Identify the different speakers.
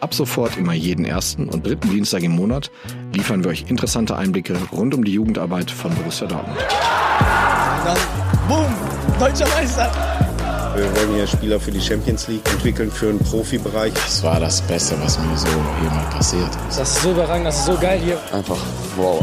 Speaker 1: Ab sofort immer jeden ersten und dritten Dienstag im Monat liefern wir euch interessante Einblicke rund um die Jugendarbeit von Borussia Dortmund.
Speaker 2: Und dann, boom, deutscher Meister.
Speaker 3: Wir wollen hier Spieler für die Champions League entwickeln, für den Profibereich.
Speaker 4: Das war das Beste, was mir so jemals passiert
Speaker 5: ist. Das ist so überragend, das ist so geil hier.
Speaker 6: Einfach wow.